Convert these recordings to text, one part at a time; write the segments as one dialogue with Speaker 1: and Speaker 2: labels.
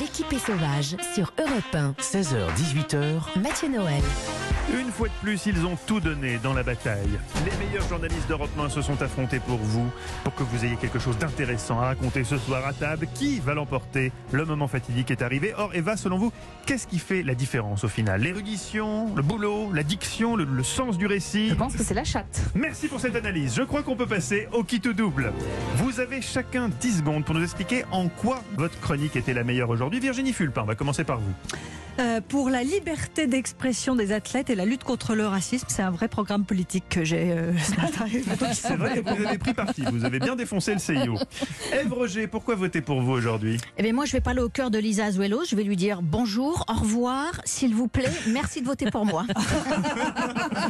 Speaker 1: L'équipe est sauvage sur Europe 1.
Speaker 2: 16h, 18h.
Speaker 1: Mathieu Noël.
Speaker 3: Une fois de plus, ils ont tout donné dans la bataille. Les meilleurs journalistes d'Europe 1 se sont affrontés pour vous, pour que vous ayez quelque chose d'intéressant à raconter ce soir à table. Qui va l'emporter Le moment fatidique est arrivé. Or, Eva, selon vous, qu'est-ce qui fait la différence au final L'érudition, le boulot, la diction, le, le sens du récit
Speaker 4: Je pense que c'est la chatte.
Speaker 3: Merci pour cette analyse. Je crois qu'on peut passer au kit double. Vous avez chacun 10 secondes pour nous expliquer en quoi votre chronique était la meilleure aujourd'hui. Virginie Fulpin, on va commencer par vous.
Speaker 5: Euh, pour la liberté d'expression des athlètes et la lutte contre le racisme. C'est un vrai programme politique que j'ai euh, ce matin.
Speaker 3: C'est vrai que vous avez pris parti, vous avez bien défoncé le CIO. Eve Roger, pourquoi voter pour vous aujourd'hui
Speaker 6: Eh bien, moi, je vais parler au cœur de Lisa Azuelos. Je vais lui dire bonjour, au revoir, s'il vous plaît, merci de voter pour moi.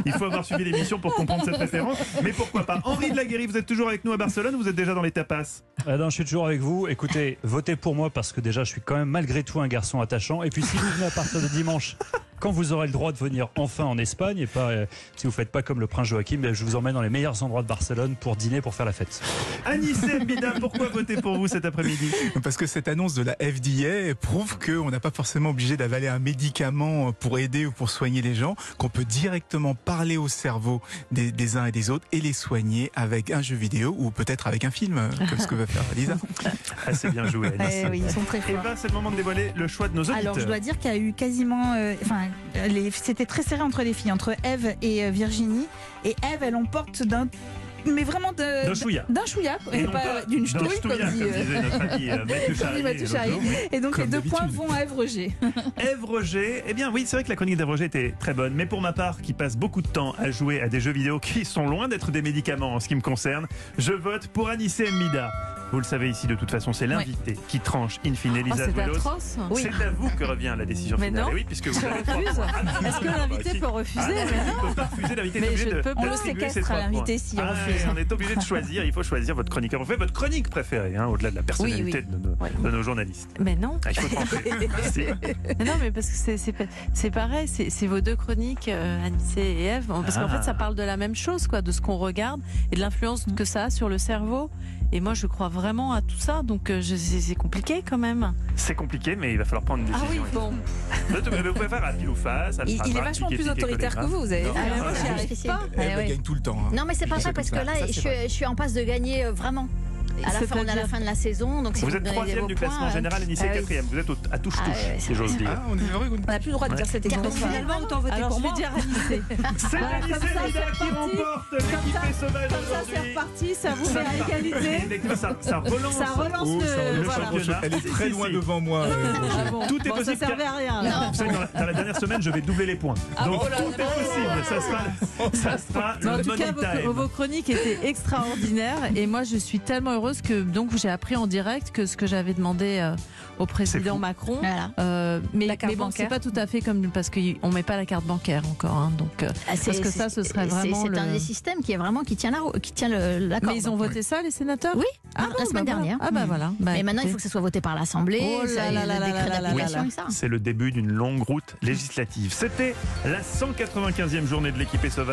Speaker 3: Il faut avoir suivi l'émission pour comprendre cette référence, mais pourquoi pas Henri de Laguérie, vous êtes toujours avec nous à Barcelone, vous êtes déjà dans les tapas
Speaker 7: Ah non, je suis toujours avec vous. Écoutez, votez pour moi parce que déjà, je suis quand même malgré tout un garçon attachant. Et puis, si vous venez à partir de dimanche, quand vous aurez le droit de venir enfin en Espagne, et pas euh, si vous faites pas comme le prince Joachim, ben, je vous emmène dans les meilleurs endroits de Barcelone pour dîner, pour faire la fête.
Speaker 3: Anissé Mbida, pourquoi voter pour vous cet après-midi
Speaker 8: Parce que cette annonce de la FDA prouve qu'on n'a pas forcément obligé d'avaler un médicament pour aider ou pour soigner les gens, qu'on peut directement parler au cerveau des, des uns et des autres et les soigner avec un jeu vidéo ou peut-être avec un film, comme ce que va faire Lisa.
Speaker 3: Assez Ah, bien joué, Anis.
Speaker 4: Eh oui, ils sont très forts.
Speaker 3: Eva, c'est le moment de dévoiler le choix de nos auditeurs.
Speaker 4: Alors, je dois dire qu'il y a eu quasiment. euh, Enfin, les- c'était très serré entre les filles, entre Eve et euh, Virginie. Et Eve, elle emporte d'un. Mais vraiment de.
Speaker 3: D'un chouïa.
Speaker 4: D'un chouïa,
Speaker 3: Et
Speaker 4: et
Speaker 3: non
Speaker 4: pas
Speaker 3: pas
Speaker 4: d'une
Speaker 3: d'un
Speaker 4: ch'touille, comme
Speaker 3: ch'touilla,
Speaker 4: dit.
Speaker 3: comme
Speaker 4: euh,
Speaker 3: disait notre ami euh, Mathieu
Speaker 4: comme dit
Speaker 3: Charrier
Speaker 4: Mathieu
Speaker 3: l'autre
Speaker 4: Charrier.
Speaker 3: jour.
Speaker 4: Et donc, les deux points vont à Eve Roger.
Speaker 3: Ah Ève Roger, eh bien oui, c'est vrai que la chronique d'Ève Roger était très bonne, mais pour ma part, qui passe beaucoup de temps à jouer à des jeux vidéo qui sont loin d'être des médicaments en ce qui me concerne, je vote pour Anissé Mida. Vous le savez ici, de toute façon, c'est l'invité qui tranche in fine, Elisa
Speaker 9: Ah, c'est
Speaker 3: Duelos.
Speaker 9: atroce.
Speaker 3: C'est à vous que revient la décision
Speaker 9: Mais
Speaker 3: finale.
Speaker 9: non.
Speaker 3: Et oui, puisque vous
Speaker 9: Je
Speaker 3: avez trois
Speaker 9: refuse.
Speaker 3: points. Ah, non,
Speaker 9: Est-ce que
Speaker 3: non, non, bah,
Speaker 9: l'invité
Speaker 3: si.
Speaker 9: peut
Speaker 3: Ah,
Speaker 9: refuser Mais
Speaker 3: non, on peut pas refuser l'invité.
Speaker 9: Mais
Speaker 3: on est obligé
Speaker 9: je
Speaker 3: de-
Speaker 9: peux- on le
Speaker 3: d'attribuer
Speaker 9: séquestre
Speaker 3: ces
Speaker 9: à
Speaker 3: trois
Speaker 9: l'invité
Speaker 3: points.
Speaker 9: si on
Speaker 3: Ah,
Speaker 9: refuse.
Speaker 3: On est obligé de choisir, il faut choisir votre chroniqueur. Vous faites votre chronique préférée, hein, au-delà de la personnalité
Speaker 9: oui.
Speaker 3: De, nos,
Speaker 9: Ouais.
Speaker 3: de nos journalistes.
Speaker 9: Mais non.
Speaker 3: Ah, il faut trancher. Merci.
Speaker 9: Mais non, mais parce que c'est- c'est pa- c'est pareil, c'est c'est vos deux chroniques, euh, Anissé et Eve, parce qu'en
Speaker 3: Ah.
Speaker 9: fait, ça parle de la même chose, quoi, de ce qu'on regarde et de l'influence que ça a sur le cerveau. Et moi, je crois vraiment à tout ça, donc euh, je- c'est c'est compliqué quand même.
Speaker 3: C'est compliqué, mais il va falloir prendre une décision.
Speaker 9: bon.
Speaker 3: Là, tu- Vous pouvez faire à pile ou face. à
Speaker 4: Ah Il,
Speaker 3: Alphabet,
Speaker 4: il est vachement
Speaker 3: Piquet,
Speaker 4: plus
Speaker 3: Piquet,
Speaker 4: autoritaire que
Speaker 3: Collégraphe.
Speaker 4: vous, vous avez.
Speaker 8: Non.
Speaker 4: Ah,
Speaker 6: Ah,
Speaker 4: moi, j'y
Speaker 6: je
Speaker 4: arrive
Speaker 6: sais.
Speaker 4: pas.
Speaker 6: Eh
Speaker 8: Elle
Speaker 6: ouais.
Speaker 8: gagne tout le temps. hein.
Speaker 6: Non, mais c'est pas
Speaker 8: Je
Speaker 6: vrai
Speaker 8: sais
Speaker 6: parce que
Speaker 8: comme ça.
Speaker 6: là,
Speaker 8: Ça,
Speaker 6: je,
Speaker 8: c'est vrai.
Speaker 6: je suis en passe de gagner euh, vraiment. À la fin, on a la
Speaker 9: C'est-à-dire
Speaker 6: fin de la saison, donc si
Speaker 3: Vous êtes
Speaker 6: me donnez des
Speaker 3: troisième
Speaker 6: beaux
Speaker 3: du
Speaker 6: points,
Speaker 4: hein.
Speaker 3: classement
Speaker 6: euh,
Speaker 3: général et Nice est
Speaker 6: Ah oui.
Speaker 3: quatrième. Vous êtes au- à touche-touche,
Speaker 6: Ah ouais,
Speaker 3: si j'ose dire.
Speaker 8: Ah, on est heureux qu'on
Speaker 4: On n'a plus le droit de
Speaker 3: Ouais.
Speaker 4: dire cette
Speaker 6: Car
Speaker 4: expression.
Speaker 6: finalement,
Speaker 4: autant voter
Speaker 9: Alors, je vais dire Anissé.
Speaker 3: C'est la
Speaker 9: Voilà, comme ça,
Speaker 3: qui
Speaker 9: c'est reparti.
Speaker 3: remporte l'équipe sauvage
Speaker 4: Comme ça, c'est
Speaker 3: aujourd'hui.
Speaker 4: reparti, ça vous met à égalité.
Speaker 3: Mais Ça, ça relance.
Speaker 4: Ça relance
Speaker 8: Oh, ça
Speaker 4: le.
Speaker 3: le
Speaker 4: Voilà.
Speaker 3: championnat.
Speaker 8: Elle est très
Speaker 3: Si,
Speaker 8: loin
Speaker 3: si.
Speaker 8: devant moi. euh, Roger.
Speaker 4: Ah bon.
Speaker 3: Tout est
Speaker 4: Bon,
Speaker 3: possible,
Speaker 4: Ça
Speaker 3: car-
Speaker 4: servait à rien.
Speaker 3: Vous savez, dans la, dans la dernière semaine, je vais doubler les points. Donc
Speaker 4: oh là
Speaker 3: tout
Speaker 4: là.
Speaker 3: est possible. Ça sera, ça sera
Speaker 9: Mais en
Speaker 3: le
Speaker 9: tout
Speaker 3: money
Speaker 9: cas,
Speaker 3: time.
Speaker 9: vos, vos chroniques étaient extraordinaires et moi je suis tellement heureuse que donc j'ai appris en direct que ce que j'avais demandé euh, au
Speaker 3: fou.
Speaker 9: président Macron.
Speaker 6: Voilà.
Speaker 9: euh, mais,
Speaker 4: La carte
Speaker 9: mais bon,
Speaker 4: bancaire.
Speaker 9: c'est pas tout à fait comme parce qu'on met pas la carte bancaire encore, hein, donc. euh,
Speaker 6: Ah, c'est-
Speaker 9: Parce que ça, ce
Speaker 6: c'est-
Speaker 9: serait
Speaker 6: c'est-
Speaker 9: vraiment
Speaker 6: C'est un
Speaker 9: le-
Speaker 6: des systèmes qui est vraiment qui tient la, rou- qui tient le, la corde.
Speaker 9: mais ils ont voté ça, les sénateurs
Speaker 6: Oui,
Speaker 9: ah,
Speaker 6: la
Speaker 9: bon,
Speaker 6: semaine
Speaker 9: bah voilà.
Speaker 6: dernière.
Speaker 9: Ah bah voilà. Bah,
Speaker 6: Mais maintenant, il
Speaker 9: écoutez.
Speaker 6: faut que ce soit voté par l'Assemblée,
Speaker 9: Oh là
Speaker 6: ça,
Speaker 9: là
Speaker 6: le
Speaker 9: là là
Speaker 6: décret
Speaker 9: là là
Speaker 6: d'application
Speaker 9: là.
Speaker 6: et ça.
Speaker 3: C'est le début d'une longue route législative. C'était la 195e journée de l'équipe sauvage.